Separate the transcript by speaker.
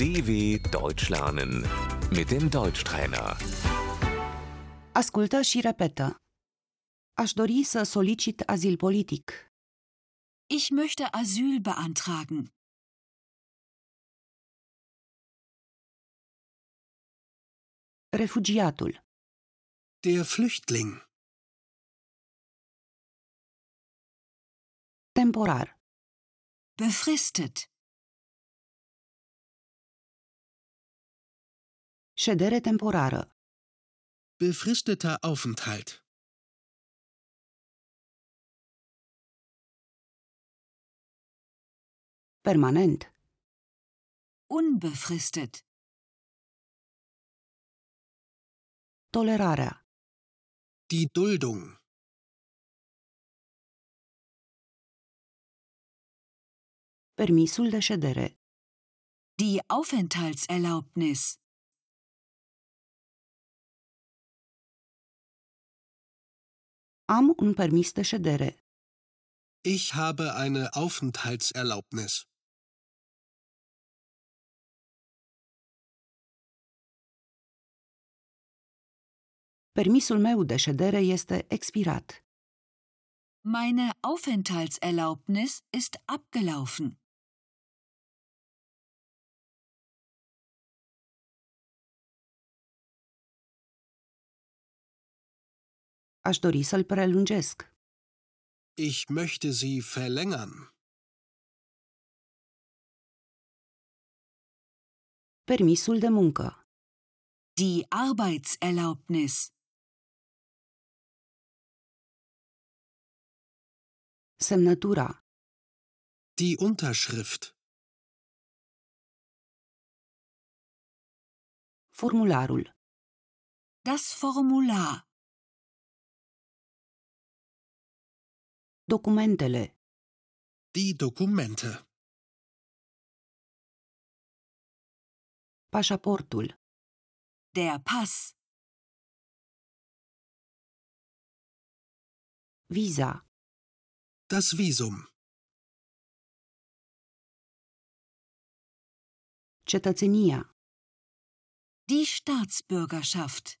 Speaker 1: DW Deutsch lernen mit dem Deutschtrainer.
Speaker 2: Ascultă și repetă. Aș dori să solicit azil politic.
Speaker 3: Ich möchte Asyl beantragen.
Speaker 2: Refugiatul.
Speaker 4: Der Flüchtling.
Speaker 2: Temporar.
Speaker 3: Befristet.
Speaker 2: Ședere temporară.
Speaker 4: Befristeter Aufenthalt.
Speaker 2: Permanent.
Speaker 3: Unbefristet.
Speaker 2: Tolerarea.
Speaker 4: Die Duldung.
Speaker 2: Permisul de ședere.
Speaker 3: Die Aufenthaltserlaubnis.
Speaker 2: Am un permis de ședere.
Speaker 4: Ich habe eine Aufenthaltserlaubnis.
Speaker 2: Permisul meu de ședere este expirat.
Speaker 3: Meine Aufenthaltserlaubnis ist abgelaufen.
Speaker 2: Aș dori să-l prelungesc.
Speaker 4: Ich möchte sie verlängern.
Speaker 2: Permisul de muncă.
Speaker 3: Die Arbeitserlaubnis.
Speaker 2: Semnătura.
Speaker 4: Die Unterschrift.
Speaker 2: Formularul.
Speaker 3: Das Formular.
Speaker 2: Documentele.
Speaker 4: Die Dokumente.
Speaker 2: Pașaportul.
Speaker 3: Der Pass.
Speaker 2: Viza.
Speaker 4: Das Visum.
Speaker 2: Cetățenia.
Speaker 3: Die Staatsbürgerschaft.